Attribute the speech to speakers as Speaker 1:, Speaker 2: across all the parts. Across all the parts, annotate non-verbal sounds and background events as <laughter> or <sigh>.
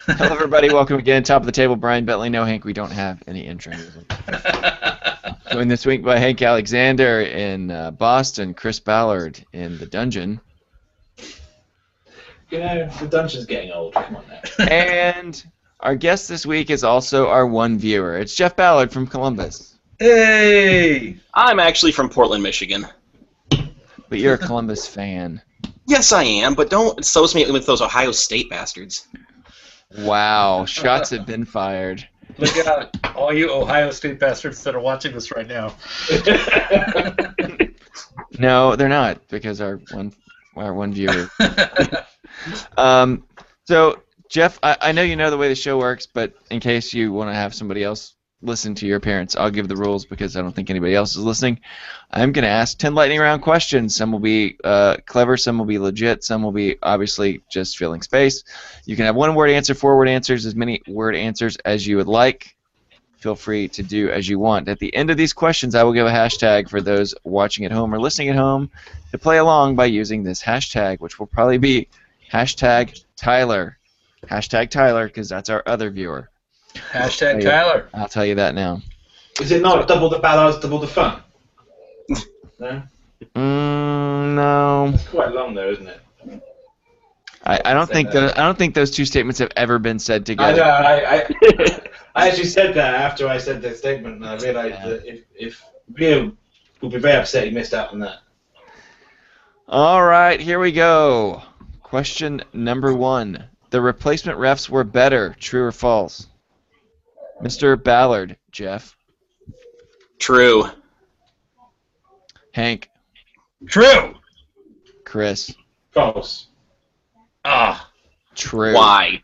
Speaker 1: Hello, everybody. Welcome again. Top of the table, Brian Bentley. No, Hank, we don't have any intro music. Joined this week by Hank Alexander in uh, Boston, Chris Ballard in the dungeon,
Speaker 2: You know, the dungeon's getting old. Come on now. <laughs>
Speaker 1: and our guest this week is also our one viewer. It's Jeff Ballard from Columbus,
Speaker 3: <laughs> Hey!
Speaker 4: I'm actually from Portland, Michigan.
Speaker 1: but you're a Columbus fan.
Speaker 4: Yes, I am, but don't associate me with those Ohio State bastards.
Speaker 1: Wow, shots have been fired.
Speaker 3: Look out, all you Ohio State bastards that are watching this right
Speaker 2: <laughs>
Speaker 3: now.
Speaker 1: No, they're not because our one our one viewer. um, so Jeff, I, I know you know the way the show works, but in case you want to have somebody else listen to your parents, I'll give the rules because I don't think anybody else is listening. I'm going to ask ten lightning round questions. Some will be uh, clever, some will be legit, some will be obviously just filling space. You can have one word answer, four word answers, as many word answers as you would like feel free to do as you want. At the end of these questions, I will give a hashtag for those watching at home or listening at home to play along by using this hashtag, which will probably be hashtag Tyler. Hashtag Tyler, because that's our other viewer.
Speaker 3: Hashtag
Speaker 1: Yeah.
Speaker 3: Tyler.
Speaker 1: I'll tell you that now.
Speaker 2: Is it not double the ballards, double the fun? No?
Speaker 1: Mm, no,
Speaker 2: It's quite long though, isn't it?
Speaker 1: I, I don't think
Speaker 2: Say that.
Speaker 1: those, I don't think those two statements have ever been said
Speaker 2: I know,
Speaker 1: together.
Speaker 2: I, I, I actually said that after I said that statement, and I realised
Speaker 1: Yeah.
Speaker 2: that if, if Rio would be very upset he missed out on that.
Speaker 1: All right, here we go. Question number one: The replacement refs were better. True or false? Mr. Ballard, Jeff.
Speaker 4: True.
Speaker 1: Hank,
Speaker 3: True!
Speaker 1: Chris,
Speaker 2: False.
Speaker 3: Ah,
Speaker 1: True.
Speaker 4: Why?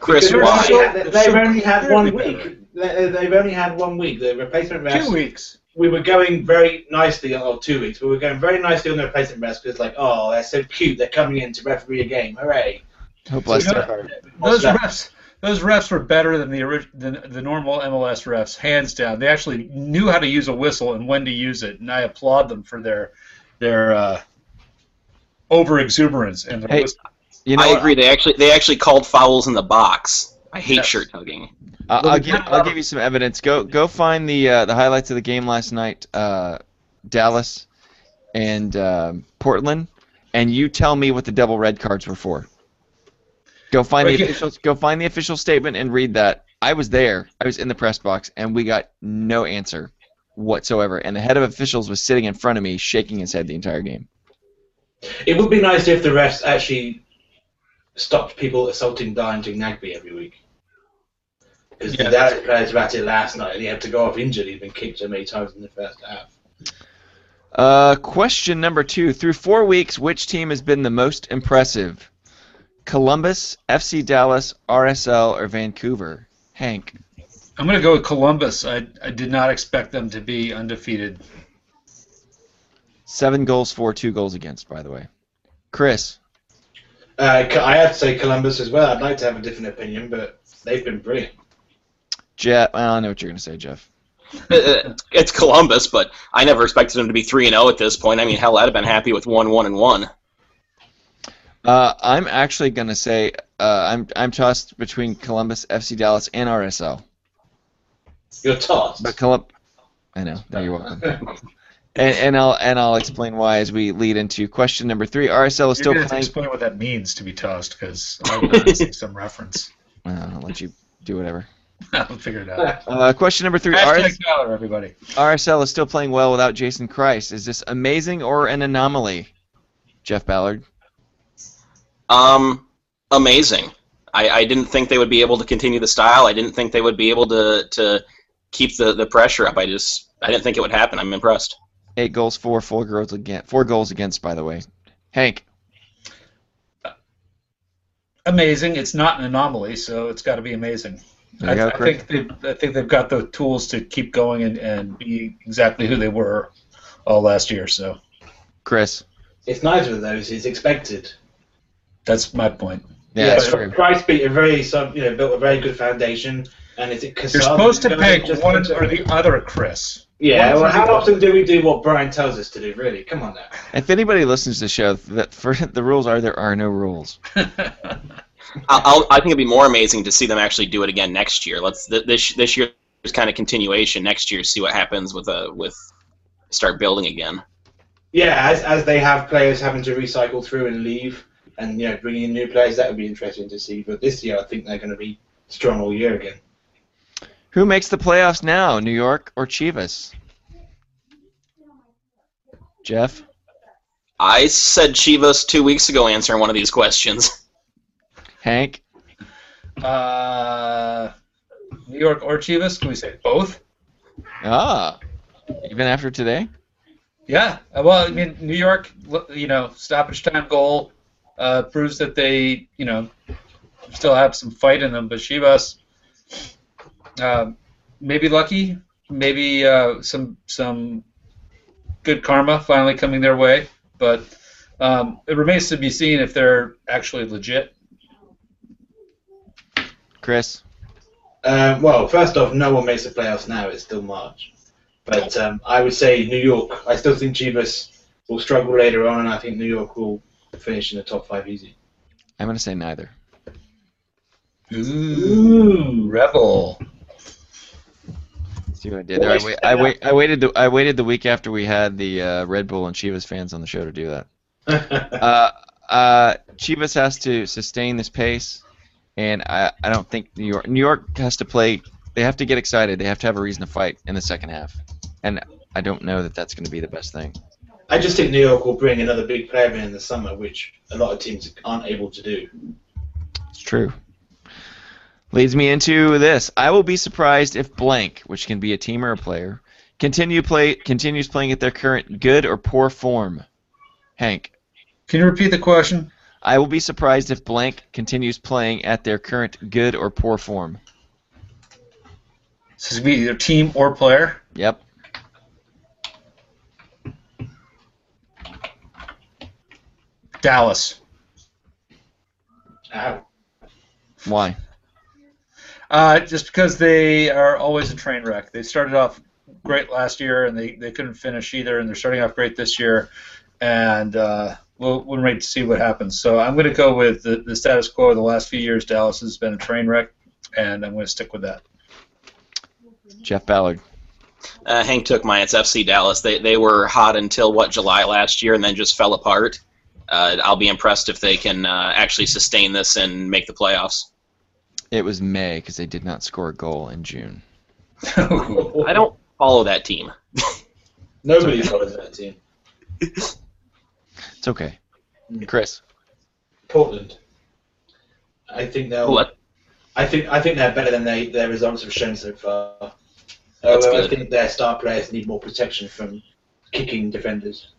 Speaker 4: Chris,
Speaker 3: Because
Speaker 4: why?
Speaker 3: you're-
Speaker 2: They- They've only had one
Speaker 3: Clearly
Speaker 2: week. They- They've only had one week. The replacement
Speaker 3: two
Speaker 2: refs.
Speaker 3: weeks.
Speaker 2: We were going very nicely, or two weeks. We were going very nicely on the replacement refs because, like, oh, they're so cute. They're coming in to referee a game. Hooray!
Speaker 1: Oh, bless
Speaker 3: So
Speaker 1: their
Speaker 3: you're-
Speaker 1: heart.
Speaker 3: Those
Speaker 2: What's that?
Speaker 3: refs, those refs were better than the orig- than the normal MLS refs, hands down. They actually knew how to use a whistle and when to use it, and I applaud them for their their uh, over exuberance and their
Speaker 1: Hey,
Speaker 3: whistle.
Speaker 1: You know,
Speaker 4: I agree. They actually they actually called fouls in the box. I hate
Speaker 3: Yes.
Speaker 4: shirt tugging.
Speaker 1: I-
Speaker 3: Well,
Speaker 1: I'll,
Speaker 3: we
Speaker 1: give,
Speaker 3: got a lot
Speaker 1: I'll
Speaker 3: of-
Speaker 1: give you some evidence. Go go find the uh, the highlights of the game last night, uh, Dallas and um Portland, and you tell me what the double red cards were for. Go find the
Speaker 3: Okay.
Speaker 1: official. Go find the official statement and read that. I was there. I was in the press box, and we got no answer whatsoever. And the head of officials was sitting in front of me, shaking his head the entire game.
Speaker 2: It would be nice if the refs actually stopped people assaulting Darlington Nagby every week. Because
Speaker 3: Yeah.
Speaker 2: that was about it last night, and he had to go off injured. He'd been kicked so many times in the first half.
Speaker 1: Uh, question number two. Through four weeks, which team has been the most impressive? Columbus, FC Dallas, RSL, or Vancouver? Hank.
Speaker 3: I'm going to go with Columbus. I, I did not expect them to be undefeated.
Speaker 1: Seven goals for, two goals against, by the way. Chris.
Speaker 2: Uh, Co- I have to say Columbus as well. I'd like to have a different opinion, but they've been brilliant.
Speaker 1: Jeff. Well, I know what you're going to say, Jeff.
Speaker 4: Uh, it's Columbus, but I never expected them to be three and zero at this point. I mean, hell, I'd have been happy with one one and one.
Speaker 1: Uh, I'm actually going to say uh, I'm, I'm tossed between Columbus, FC Dallas, and RSL.
Speaker 2: You're tossed.
Speaker 1: But Colum- I know. No, you're welcome. And, and I'll and I'll explain why as we lead into question number three. RSL is
Speaker 3: You're
Speaker 1: still
Speaker 3: going to
Speaker 1: playing.
Speaker 3: explain what that means to be tossed because I want to see some reference. <laughs>
Speaker 1: Well, I'll let you do whatever.
Speaker 3: I'll figure it out.
Speaker 1: Uh, question number three.
Speaker 3: Hashtag
Speaker 1: RS,
Speaker 3: Tyler, everybody.
Speaker 1: RSL is still playing well without Jason Christ. Is this amazing or an anomaly? Jeff Ballard.
Speaker 4: Um, amazing. I, I didn't think they would be able to continue the style. I didn't think they would be able to to keep the, the pressure up. I just I didn't think it would happen. I'm impressed.
Speaker 1: Eight goals for, four goals against. Four goals against, by the way. Hank.
Speaker 3: Amazing. It's not an anomaly, so it's got to be amazing.
Speaker 1: There
Speaker 3: I,
Speaker 1: you go,
Speaker 3: I
Speaker 1: Chris.
Speaker 3: think they've, I think they've got the tools to keep going and, and be exactly who they were all last year. So
Speaker 1: Chris.
Speaker 2: <laughs> it's neither of those. It's expected.
Speaker 3: that's my point.
Speaker 1: Yeah, that's
Speaker 2: but
Speaker 1: true.
Speaker 2: Christ beat a very, some, you know, built a very good foundation, and it's it.
Speaker 3: You're supposed to pick one or the other, Chris. <laughs>
Speaker 2: Yeah.
Speaker 3: one
Speaker 2: Well,
Speaker 3: or
Speaker 2: how
Speaker 3: the other.
Speaker 2: often do we do what Brian tells us to do? Really? Come on now.
Speaker 1: <laughs> If anybody listens to the show, that for the rules are there are no rules.
Speaker 4: I'll, I'll, I think it'd be more amazing to see them actually do it again next year. Let's th- this this year's kind of continuation. Next year, see what happens with a with start building again.
Speaker 2: Yeah, as, as they have players having to recycle through and leave, and you know bringing in new players, that would be interesting to see. But this year, I think they're going to be strong all year again.
Speaker 1: Who makes the playoffs now, New York or Chivas? Jeff?
Speaker 4: I said Chivas two weeks ago answering one of these questions. <laughs>
Speaker 1: Hank?
Speaker 3: Uh, New York or Chivas? Can we say both?
Speaker 1: Ah. Even after today?
Speaker 3: Yeah. uh, Well, I mean, New York, l- you know, stoppage time goal uh, proves that they, you know, still have some fight in them. But Chivas, uh, maybe lucky, maybe uh, some some good karma finally coming their way. But um, it remains to be seen if they're actually legit.
Speaker 1: Chris?
Speaker 2: Um, well, first off, no one makes the playoffs now. It's still March. But um, I would say New York. I still think Chivas will struggle later on, and I think New York will finish in the top five easy.
Speaker 1: I'm going to say neither.
Speaker 3: Ooh, rebel.
Speaker 1: See what I did there? I, wait, I, wait, I waited. The, I waited the week after we had the uh, Red Bull and Chivas fans on the show to do that. uh, uh, Chivas has to sustain this pace, and I, I don't think New York New York has to play. They have to get excited. They have to have a reason to fight in the second half, and I don't know that that's going to be the best thing.
Speaker 2: <laughs> I just think New York will bring another big player in in the summer, which a lot of teams aren't able to do.
Speaker 1: It's true. Leads me into this. I will be surprised if blank, which can be a team or a player, continue play continues playing at their current good or poor form. Hank,
Speaker 3: Can you repeat the question?
Speaker 1: I will be surprised if blank continues playing at their current good or poor form.
Speaker 3: This is gonna be either team or player.
Speaker 1: Yep.
Speaker 3: Dallas.
Speaker 2: Ow.
Speaker 1: Why?
Speaker 3: Uh, just because they are always a train wreck. They started off great last year and they, they couldn't finish either, and they're starting off great this year. And uh, we'll, we'll wait to see what happens. So I'm going to go with the, the status quo of the last few years. Dallas has been a train wreck, and I'm going to stick with that. <laughs>
Speaker 1: Jeff Ballard.
Speaker 4: Uh, Hank took my. It's FC Dallas. They they were hot until what July last year, and then just fell apart. Uh, I'll be impressed if they can uh, actually sustain this and make the playoffs.
Speaker 1: It was May because they did not score a goal in June.
Speaker 4: I don't follow that team.
Speaker 2: Nobody follows that team.
Speaker 1: It's okay. Chris.
Speaker 2: Portland. I think they'll.
Speaker 4: What?
Speaker 2: I think I think they're better than they, their results have shown so far.
Speaker 4: That's
Speaker 2: Although I
Speaker 4: good.
Speaker 2: think their star players need more protection from kicking defenders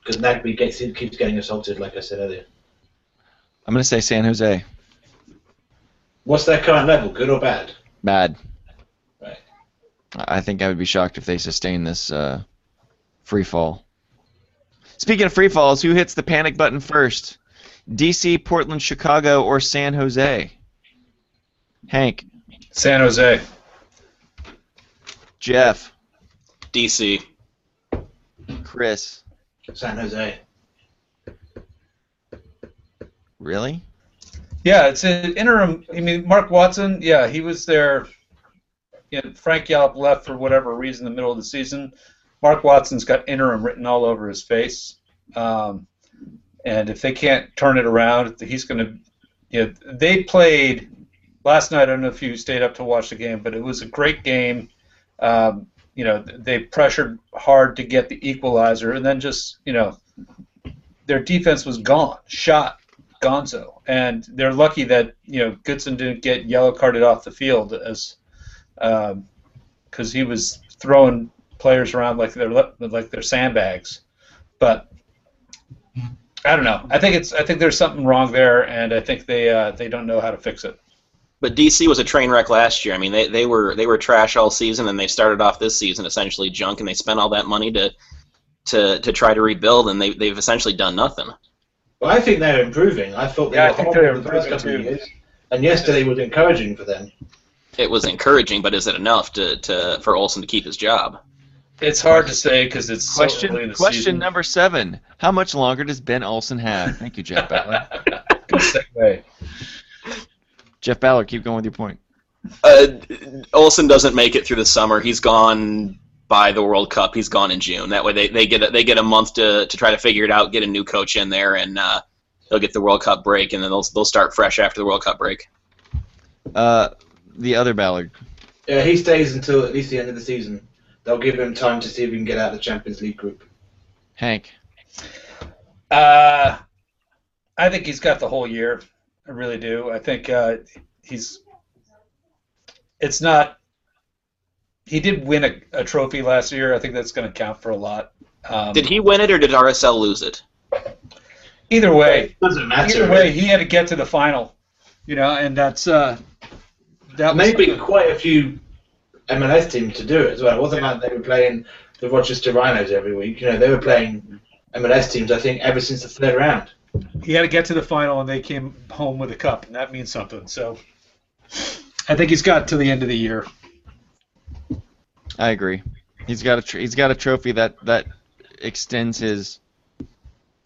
Speaker 2: because Nagby gets keeps getting assaulted, like I said earlier.
Speaker 1: I'm gonna say San Jose.
Speaker 2: What's their current level, good or bad?
Speaker 1: Bad.
Speaker 2: Right.
Speaker 1: I I think I would be shocked if they sustain this uh, free fall. Speaking of free falls, who hits the panic button first? DC, Portland, Chicago, or San Jose? Hank,
Speaker 3: San Jose.
Speaker 1: Jeff,
Speaker 4: DC.
Speaker 1: Chris.
Speaker 2: San Jose.
Speaker 1: Really?
Speaker 3: Yeah, it's an interim. I mean, Mark Watson. Yeah, he was there. You know, Frank Gallup left for whatever reason in the middle of the season. Mark Watson's got interim written all over his face, um, and if they can't turn it around, he's going to. You know, they played last night. I don't know if you stayed up to watch the game, but it was a great game. Um, you know, they pressured hard to get the equalizer, and then just you know, their defense was gone, shot, Gonzo, and they're lucky that you know Goodson didn't get yellow carded off the field as because he was throwing players around like they're le- like they're sandbags. But I don't know. I think it's I think there's something wrong there, and I think they uh, they don't know how to fix it.
Speaker 4: But DC was a train wreck last year. I mean, they, they were they were trash all season, and they started off this season essentially junk, and they spent all that money to to to try to rebuild, and they they've essentially done nothing.
Speaker 2: Well, I think they're improving. I thought they
Speaker 3: Yeah, I
Speaker 2: were
Speaker 3: think
Speaker 2: horrible
Speaker 3: they're
Speaker 2: the first couple of
Speaker 3: improving
Speaker 2: years, and yesterday was encouraging for them.
Speaker 4: It was encouraging, but is it enough to, to for Olson to keep his job?
Speaker 3: It's hard to say because it's so early
Speaker 1: Question
Speaker 3: in the
Speaker 1: question
Speaker 3: season. <laughs>
Speaker 1: number seven. How much longer does Ben Olsen have? Thank you, Jeff Ballard.
Speaker 3: Good segue.
Speaker 1: Jeff Ballard, keep going with your point.
Speaker 4: Uh, Olson doesn't make it through the summer. He's gone by the World Cup. He's gone in June. That way they, they get a, they get a month to, to try to figure it out, get a new coach in there, and uh, they'll get the World Cup break, and then they'll they'll start fresh after the World Cup break.
Speaker 1: Uh, the other Ballard.
Speaker 2: Yeah, he stays until at least the end of the season. They'll give him time to see if he can get out of the Champions League group.
Speaker 1: Hank.
Speaker 3: Uh, I think he's got the whole year. I really do. I think uh, he's. It's not. He did win a, a trophy last year. I think that's going to count for a lot. Um,
Speaker 4: Did he win it or did RSL lose it?
Speaker 3: Either way,
Speaker 2: Doesn't matter.
Speaker 3: either way, he had to get to the final. You know, and that's uh, that was-
Speaker 2: maybe quite a few MLS teams to do it as well. It wasn't like they were playing the Rochester Rhinos every week. You know, they were playing MLS teams. I think ever since the third round.
Speaker 3: he had to get to the final, and they came home with a cup, and that means something. So, I think he's got to the end of the year.
Speaker 1: I agree. He's got a tr- he's got a trophy that that extends his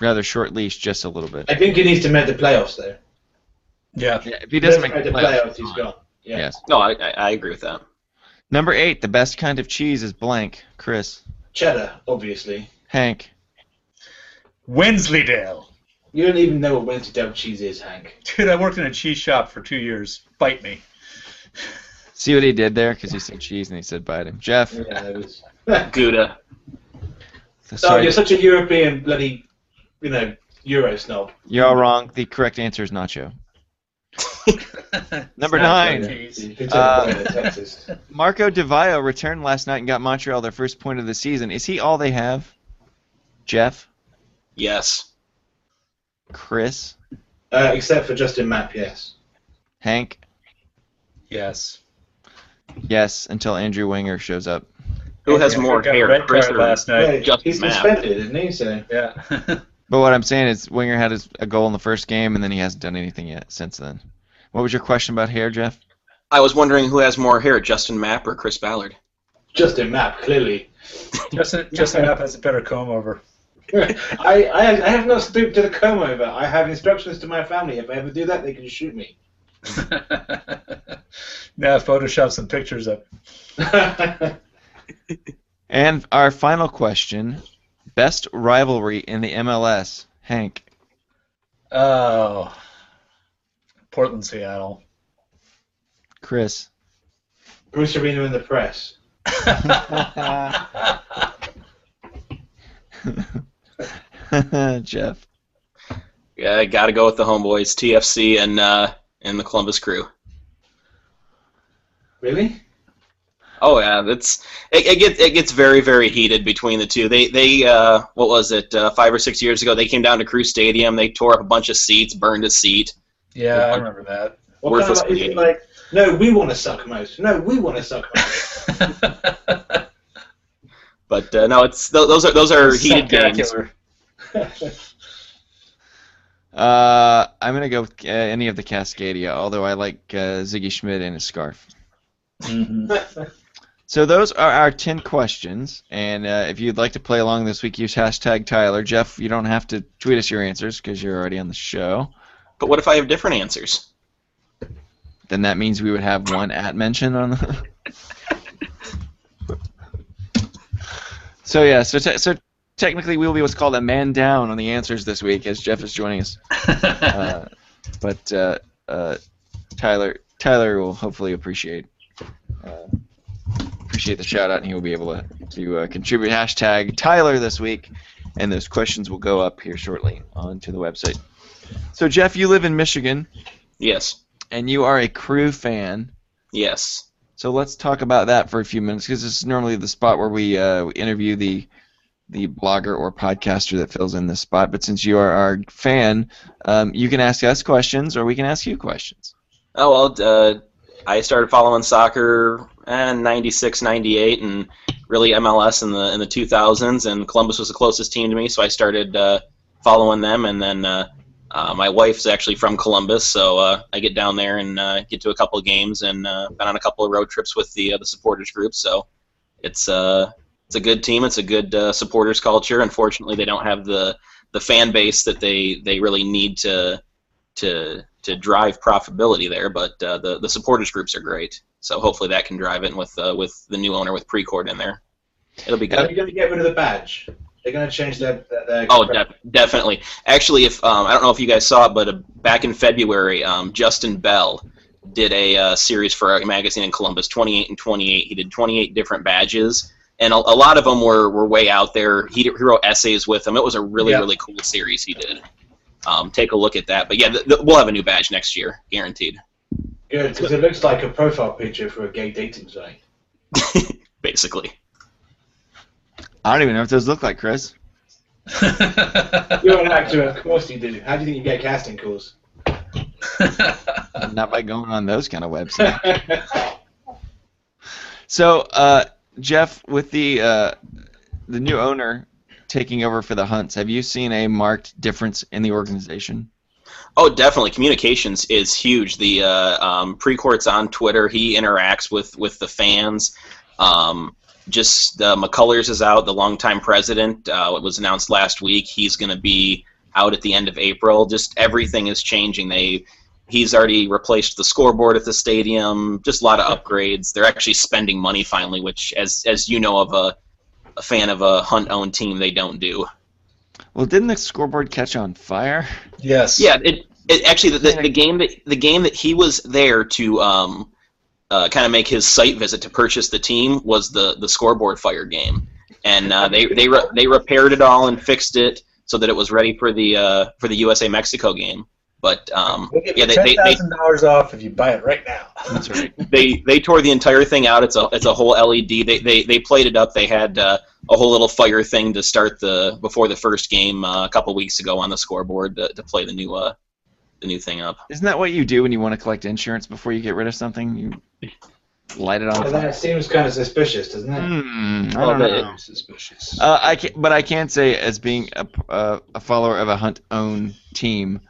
Speaker 1: rather short leash just a little bit.
Speaker 2: I think he needs to make the playoffs though.
Speaker 3: Yeah.
Speaker 1: Yeah, if he doesn't
Speaker 2: If
Speaker 1: make
Speaker 2: he
Speaker 1: the
Speaker 2: doesn't
Speaker 1: playoffs,
Speaker 2: he's gone. Yeah.
Speaker 1: yes.
Speaker 4: No, I, I, I agree with that.
Speaker 1: Number eight, the best kind of cheese is blank. Chris,
Speaker 2: Cheddar, obviously.
Speaker 1: Hank,
Speaker 3: Wensleydale.
Speaker 2: You don't even know what Wednesday Double Cheese is, Hank.
Speaker 3: Dude, I worked in a cheese shop for two years. Bite me.
Speaker 1: see what he did there because he said cheese and he said bite him. Jeff,
Speaker 2: Yeah, it was.
Speaker 4: Gouda.
Speaker 1: <laughs>
Speaker 2: so
Speaker 1: sorry,
Speaker 2: you're such a European bloody, you know, Euro snob.
Speaker 1: you're all wrong. The correct answer is nacho. Number
Speaker 3: <laughs> It's not
Speaker 1: nine,
Speaker 3: cheese.
Speaker 2: You can tell
Speaker 1: Uh,
Speaker 2: by the Texas.
Speaker 1: Marco DeVio returned last night and got Montreal their first point of the season. Is he all they have? Jeff,
Speaker 4: Yes.
Speaker 1: Chris,
Speaker 2: Uh, except for Justin Mapp, yes.
Speaker 1: Hank,
Speaker 3: Yes.
Speaker 1: yes, until Andrew Winger shows up.
Speaker 4: Who has
Speaker 3: Yeah,
Speaker 4: more
Speaker 3: got a
Speaker 4: hair,
Speaker 3: Red
Speaker 4: Chris
Speaker 3: card
Speaker 4: or-
Speaker 3: last night.
Speaker 2: Right,
Speaker 4: Uh, Justin
Speaker 2: he's
Speaker 4: Mapp.
Speaker 2: suspended, isn't he? So
Speaker 3: Yeah.
Speaker 1: But what I'm saying is, Winger had his, a goal in the first game, and then he hasn't done anything yet since then. What was your question about hair, Jeff?
Speaker 4: I was wondering who has more hair, Justin Mapp or Chris Ballard.
Speaker 2: Justin Mapp, clearly.
Speaker 3: <laughs> Justin, Justin Knapp has a better comb over.
Speaker 2: I, I, I have not stooped to the comb over. I have instructions to my family. If I ever do that, they can shoot me.
Speaker 3: <laughs>
Speaker 2: <laughs>
Speaker 3: now Photoshop some pictures up.
Speaker 1: And our final question: best rivalry in the MLS. Hank,
Speaker 3: Oh. Portland, <laughs> Seattle.
Speaker 1: Chris, <laughs>
Speaker 2: Bruce Arena in the press.
Speaker 1: Jeff,
Speaker 4: Yeah, got to go with the homeboys, TFC and uh, and the Columbus Crew.
Speaker 2: Really?
Speaker 4: Oh yeah, that's it, it. Gets it gets very very heated between the two. They they uh, what was it uh, five or six years ago? They came down to Crew Stadium. They tore up a bunch of seats, burned a seat.
Speaker 3: Yeah, I remember
Speaker 4: <laughs>
Speaker 3: that.
Speaker 2: What kind
Speaker 4: Worthless
Speaker 2: of, is it
Speaker 4: idiot.
Speaker 2: like, no, we want to suck most. No, we want to suck most.
Speaker 4: But uh, no, it's tho- those are those are heated games.
Speaker 3: Spectacular.
Speaker 1: uh, I'm gonna go with uh, any of the Cascadia, although I like uh, Ziggy Schmidt and his scarf.
Speaker 3: Mhm.
Speaker 1: So those are our ten questions, and uh, if you'd like to play along this week, use hashtag Tyler. Jeff, you don't have to tweet us your answers because you're already on the show.
Speaker 4: But what if I have different answers?
Speaker 1: Then that means we would have one at mention on. The... so yeah, so te- so technically we will be what's called a man down on the answers this week as Jeff is joining us, uh, but uh, uh, Tyler Tyler will hopefully appreciate. Uh, appreciate the shout out and he will be able to, to uh, contribute hashtag tyler this week and those questions will go up here shortly onto the website so jeff you live in michigan
Speaker 4: Yes,
Speaker 1: and you are a crew fan.
Speaker 4: yes.
Speaker 1: So let's talk about that for a few minutes because this is normally the spot where we, uh, we interview the the blogger or podcaster that fills in this spot. But since you are our fan, um, you can ask us questions or we can ask you questions.
Speaker 4: Oh well, uh, I started following soccer eh, in '96, '98, and really MLS in the in the 2000s. And Columbus was the closest team to me, so I started uh, following them. And then uh, uh, my wife's actually from Columbus, so uh, I get down there and uh, get to a couple of games, and uh, been on a couple of road trips with the uh, the supporters group. So it's uh, it's a good team. It's a good uh, supporters culture. Unfortunately, they don't have the the fan base that they they really need to to to drive profitability there. But uh, the the supporters groups are great, so hopefully that can drive it with uh, with the new owner with Precord in there. It'll be
Speaker 2: Are
Speaker 4: good.
Speaker 2: you going to get rid of the badge? They're going to change their. their, their
Speaker 4: Oh, def- definitely. Actually, if um, I don't know if you guys saw it, but uh, back in February, um, Justin Bell did a uh, series for a magazine in Columbus, 28 and 28. He did 28 different badges, and a, a lot of them were, were way out there. He, did- he wrote essays with them. It was a really
Speaker 3: Yeah.
Speaker 4: really cool series he did. Um, take a look at that. But yeah, th- th- we'll have a new badge next year, guaranteed.
Speaker 2: Good, because it looks like a profile picture for a gay dating site.
Speaker 4: Basically,
Speaker 1: I don't even know if those look like Chris.
Speaker 3: Mm-hmm.
Speaker 2: You're an actor, of course you do. How do you think you get casting calls? <laughs>
Speaker 1: Not by going on those kind of websites. So, uh, Jeff, with the uh, the new owner taking over for the hunts, have you seen a marked difference in the organization?
Speaker 4: Oh, definitely. Communications is huge. The uh, um, pre-court's on Twitter. He interacts with with the fans. Um, just uh, McCullers is out. The longtime president uh, it was announced last week. He's going to be out at the end of April. Just everything is changing. They he's already replaced the scoreboard at the stadium. Just a lot of upgrades. They're actually spending money finally, which as as you know of a a fan of a hunt owned team, they don't do.
Speaker 1: Well, didn't the scoreboard catch on fire?
Speaker 3: <laughs> yes.
Speaker 4: Yeah, it, it actually the, the, the game that the game that he was there to um, uh, kind of make his site visit to purchase the team was the the scoreboard fire game, and uh, they they re- they repaired it all and fixed it so that it was ready for the uh, for the USA Mexico game. But um,
Speaker 3: We'll give
Speaker 4: yeah,
Speaker 3: you
Speaker 4: they, they,
Speaker 3: ten
Speaker 4: they,
Speaker 3: thousand dollars off if you buy it right now. That's <laughs> right.
Speaker 4: they they tore the entire thing out. It's a it's a whole LED. They they, they played it up. They had uh, a whole little fire thing to start the before the first game uh, a couple weeks ago on the scoreboard to, to play the new uh, the new thing up.
Speaker 1: Isn't that what you do when you want to collect insurance before you get rid of something? You light it on
Speaker 2: Well,
Speaker 1: fire.
Speaker 2: that seems kind of suspicious, doesn't it?
Speaker 1: Hmm, I don't
Speaker 4: Well, that-
Speaker 1: know.
Speaker 3: Suspicious.
Speaker 1: Uh, I can, but I can say, as being a, a, a follower of a Hunt own team,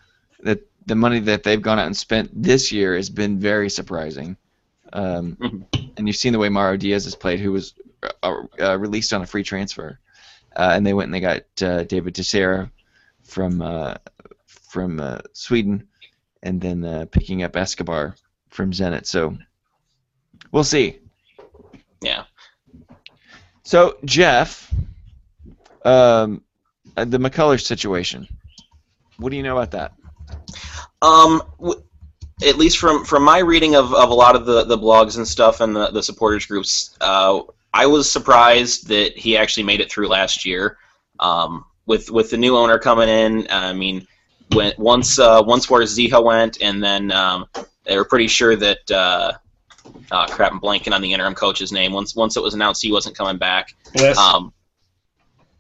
Speaker 1: that the money that they've gone out and spent this year has been very surprising. Um,
Speaker 4: Mhm.
Speaker 1: And you've seen the way Mario Diaz has played, who was uh, uh, released on a free transfer, uh, and they went and they got uh, David Teixeira from uh, from uh, Sweden, and then uh, picking up Escobar from Zenit. So we'll see.
Speaker 4: Yeah.
Speaker 1: So Jeff, um, uh, the McCullers situation. What do you know about that?
Speaker 4: Um, w- at least from from my reading of, of a lot of the, the blogs and stuff and the, the supporters groups, uh, I was surprised that he actually made it through last year. Um, with with the new owner coming in, I mean, when once uh, once where Ziha went, and then um, they were pretty sure that. Uh, uh, crap, I'm blanking on the interim coach's name. Once once it was announced he wasn't coming back,
Speaker 3: Bliss.
Speaker 4: um,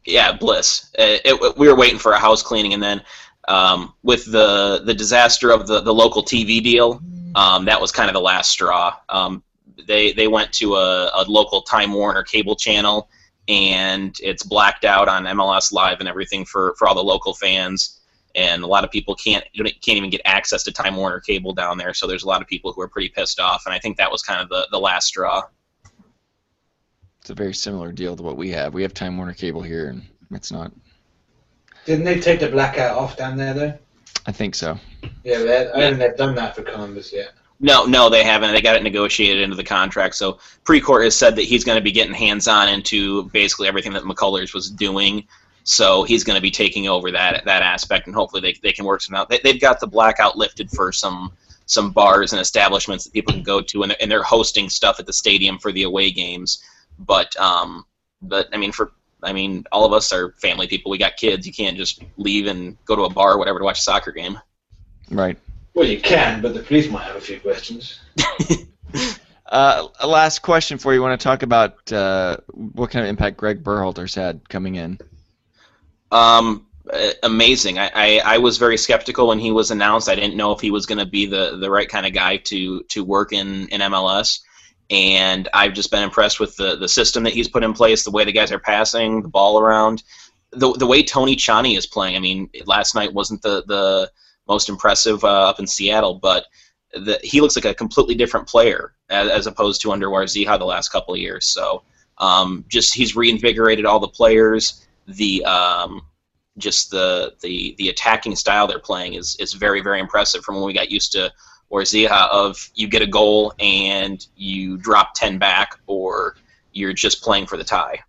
Speaker 4: yeah, Bliss. Uh, It, it- we were waiting for a house cleaning, and then um, with the the disaster of the, the local TV deal, um, that was kind of the last straw. Um, they they went to a, a local Time Warner cable channel, and it's blacked out on MLS Live and everything for, for all the local fans. And a lot of people can't can't even get access to Time Warner cable down there. So there's a lot of people who are pretty pissed off, and I think that was kind of the, the last straw.
Speaker 1: It's a very similar deal to what we have. We have Time Warner Cable here, and it's not.
Speaker 2: Didn't they take the blackout off down there, though?
Speaker 1: I think so.
Speaker 2: Yeah, but I
Speaker 4: Yeah.
Speaker 2: don't think they've done that for Columbus yet.
Speaker 4: No, no, they haven't. They got it negotiated into the contract. So Precourt has said that he's going to be getting hands-on into basically everything that McCullers was doing. So he's going to be taking over that that aspect, and hopefully they, they can work some out. They, they've got the blackout lifted for some some bars and establishments that people can go to, and they're, and they're hosting stuff at the stadium for the away games. But um, but I mean for I mean all of us are family people. We got kids. You can't just leave and go to a bar or whatever to watch a soccer game.
Speaker 1: Right.
Speaker 2: Well, you can, but the police might have a few questions.
Speaker 1: Uh, a last question for you. Want to talk about uh, what kind of impact Greg Berhalter's had coming in?
Speaker 4: Um, uh, amazing. I, I, I was very skeptical when he was announced. I didn't know if he was going to be the, the right kind of guy to to work in, in MLS. And I've just been impressed with the, the system that he's put in place, the way the guys are passing, the ball around, the, the way Tony Chani is playing. I mean, last night wasn't the, the most impressive uh, up in Seattle, but the, he looks like a completely different player as, as opposed to under Warziha the last couple of years. So um, just he's reinvigorated all the players the um, just the the the attacking style they're playing is is very very impressive from when we got used to Orzieha of you get a goal and you drop ten back or you're just playing for the tie.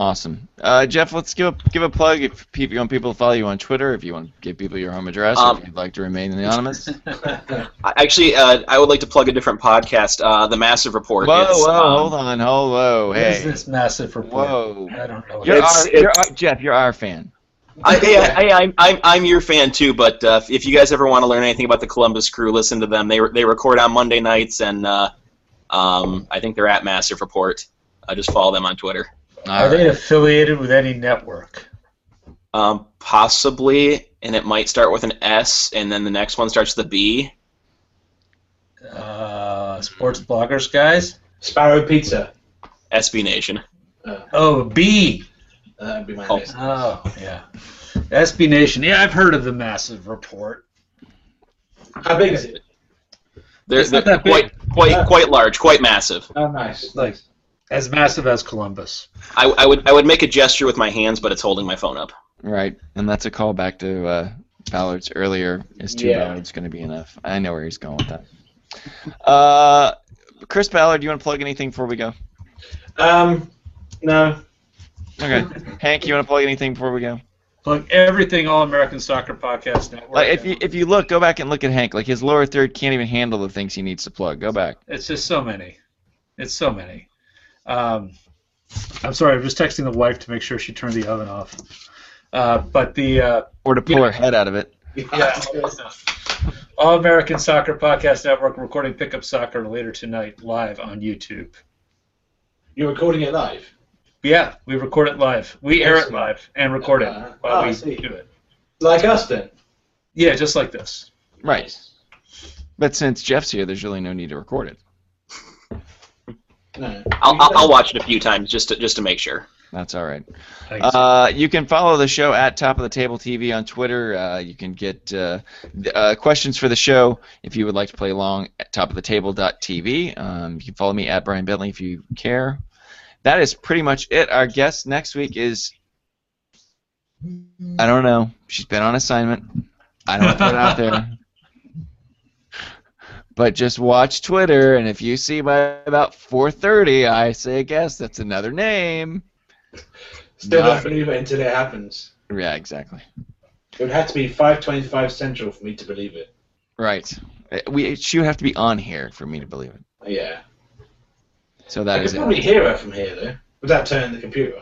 Speaker 1: Awesome. Uh, Jeff, let's give a, give a plug if people, you want people to follow you on Twitter, if you want to give people your home address,
Speaker 4: Um,
Speaker 1: or if you'd like to remain
Speaker 3: <laughs>
Speaker 1: anonymous.
Speaker 4: I- Actually, uh, I would like to plug a different podcast, uh, The Massive
Speaker 1: whoa,
Speaker 4: Report. It's,
Speaker 1: whoa,
Speaker 4: um,
Speaker 1: hold on, hold, whoa,
Speaker 3: What is
Speaker 1: hey.
Speaker 3: this massive report?
Speaker 1: Whoa.
Speaker 3: I don't know.
Speaker 1: You're,
Speaker 4: It's-
Speaker 1: our, you're
Speaker 4: it's-
Speaker 1: our- Jeff, you're our fan.
Speaker 4: I,
Speaker 2: <laughs>
Speaker 4: hey, I, hey, I'm, I'm, I'm your fan too, but uh, if you guys ever want to learn anything about the Columbus crew, listen to them. They, re- they record on Monday nights, and uh, um, I think they're at Massive Report. Uh, just follow them on Twitter.
Speaker 1: All
Speaker 3: Are
Speaker 1: right.
Speaker 3: they affiliated with any network?
Speaker 4: Um, possibly, and it might start with an S, and then the next one starts with a B.
Speaker 3: Uh, sports bloggers, guys.
Speaker 2: Sparrow Pizza.
Speaker 4: SB Nation.
Speaker 2: Uh,
Speaker 3: Oh, B.
Speaker 2: that'd be my
Speaker 4: Oh.
Speaker 2: list.
Speaker 3: Oh, yeah. SB Nation. Yeah, I've heard of the massive report.
Speaker 2: How big is it?
Speaker 4: They're,
Speaker 3: It's not
Speaker 4: they're
Speaker 3: that big.
Speaker 4: quite, quite,
Speaker 2: Yeah.
Speaker 4: quite large, quite massive.
Speaker 2: Oh, nice. Nice.
Speaker 3: As massive as Columbus.
Speaker 4: I, I would, I would make a gesture with my hands, but it's holding my phone up.
Speaker 1: Right, and that's a callback to uh, Ballard's earlier. Is two
Speaker 2: Yeah.
Speaker 1: Ballard's going to be enough? I know where he's going with that. Uh, Chris Ballard, do you want to plug anything before we go?
Speaker 2: Um, no.
Speaker 1: Okay, Hank, you want to plug anything before we go?
Speaker 3: Plug everything All American Soccer Podcast Network.
Speaker 1: Like, if you if you look, go back and look at Hank. Like his lower third can't even handle the things he needs to plug. Go back.
Speaker 3: It's just so many. It's so many. Um, I'm sorry. I'm just texting the wife to make sure she turned the oven off. Uh, but the uh,
Speaker 1: Or to pull
Speaker 3: Yeah.
Speaker 1: her head out of it.
Speaker 3: Yeah. All American Soccer Podcast Network recording Pickup Soccer later tonight live on YouTube.
Speaker 2: You're recording it live.
Speaker 3: Yeah, we record it live. We air it live and record it
Speaker 2: Uh,
Speaker 3: while
Speaker 2: oh, I
Speaker 3: we
Speaker 2: see.
Speaker 3: do it.
Speaker 2: Like us then.
Speaker 3: Yeah, just like this.
Speaker 1: Right. But since Jeff's here, there's really no need to record it.
Speaker 2: No.
Speaker 4: I'll, I'll, I'll watch it a few times just to, just to make sure.
Speaker 1: That's all right.
Speaker 3: Thanks.
Speaker 1: Uh, you can follow the show at Top of the Table TV on Twitter. Uh, you can get uh, th- uh, questions for the show if you would like to play along at topoftheTable.tv. Um, you can follow me at Brian Bentley if you care. That is pretty much it. Our guest next week is I don't know. She's been on assignment. I don't put it out there. But just watch Twitter, and if you see by about 4:30, I say guess that's another name.
Speaker 2: Still
Speaker 1: No.
Speaker 2: don't believe it until it happens.
Speaker 1: Yeah, exactly.
Speaker 2: It would have to be 5:25 central for me to believe it.
Speaker 1: Right. Uh, We she would have to be on here for me to believe it.
Speaker 2: Yeah.
Speaker 1: So that
Speaker 2: I
Speaker 1: is
Speaker 2: could probably
Speaker 1: it.
Speaker 2: hear her from here though, without turning the computer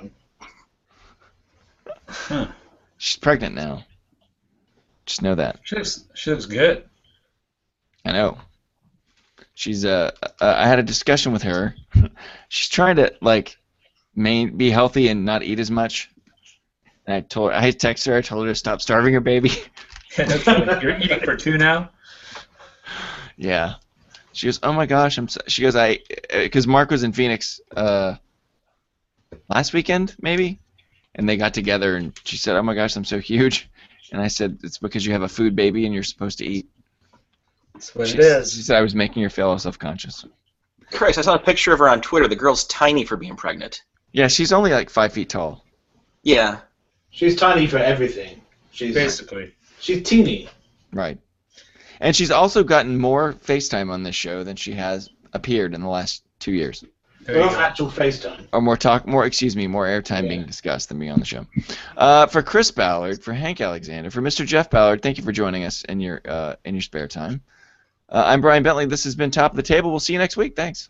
Speaker 2: on.
Speaker 1: She's pregnant now. Just know that.
Speaker 3: she, looks, she looks good. <laughs>
Speaker 1: I know. She's uh, uh I had a discussion with her. <laughs> She's trying to like main be healthy and not eat as much. And I told I texted her, I told her to stop starving her baby. <laughs>
Speaker 3: You're eating for two now?
Speaker 1: yeah. She goes, "Oh my gosh, I'm so, she goes, I cuz Mark was in Phoenix uh last weekend maybe and they got together and she said, "Oh my gosh, I'm so huge." And I said, "It's because you have a food baby and you're supposed to eat."
Speaker 3: That's what
Speaker 1: She,
Speaker 3: it
Speaker 1: she
Speaker 3: is.
Speaker 1: said I was making her feel self-conscious.
Speaker 4: Christ, I saw a picture of her on Twitter. The girl's tiny for being pregnant.
Speaker 1: Yeah, she's only like 5 feet tall.
Speaker 4: Yeah.
Speaker 2: She's tiny for everything. She's
Speaker 3: Basically.
Speaker 2: she's teeny.
Speaker 1: Right. And she's also gotten more FaceTime on this show than she has appeared in the last two years.
Speaker 3: There you
Speaker 2: Not
Speaker 3: go.
Speaker 2: actual FaceTime.
Speaker 1: Or more talk, more, excuse me, more airtime
Speaker 2: Yeah.
Speaker 1: being discussed than being on the show. Uh, for Chris Ballard, for Hank Alexander, for Mr. Jeff Ballard, thank you for joining us in your, uh, in your spare time. Uh, I'm Brian Bentley. This has been Top of the Table. We'll see you next week. Thanks.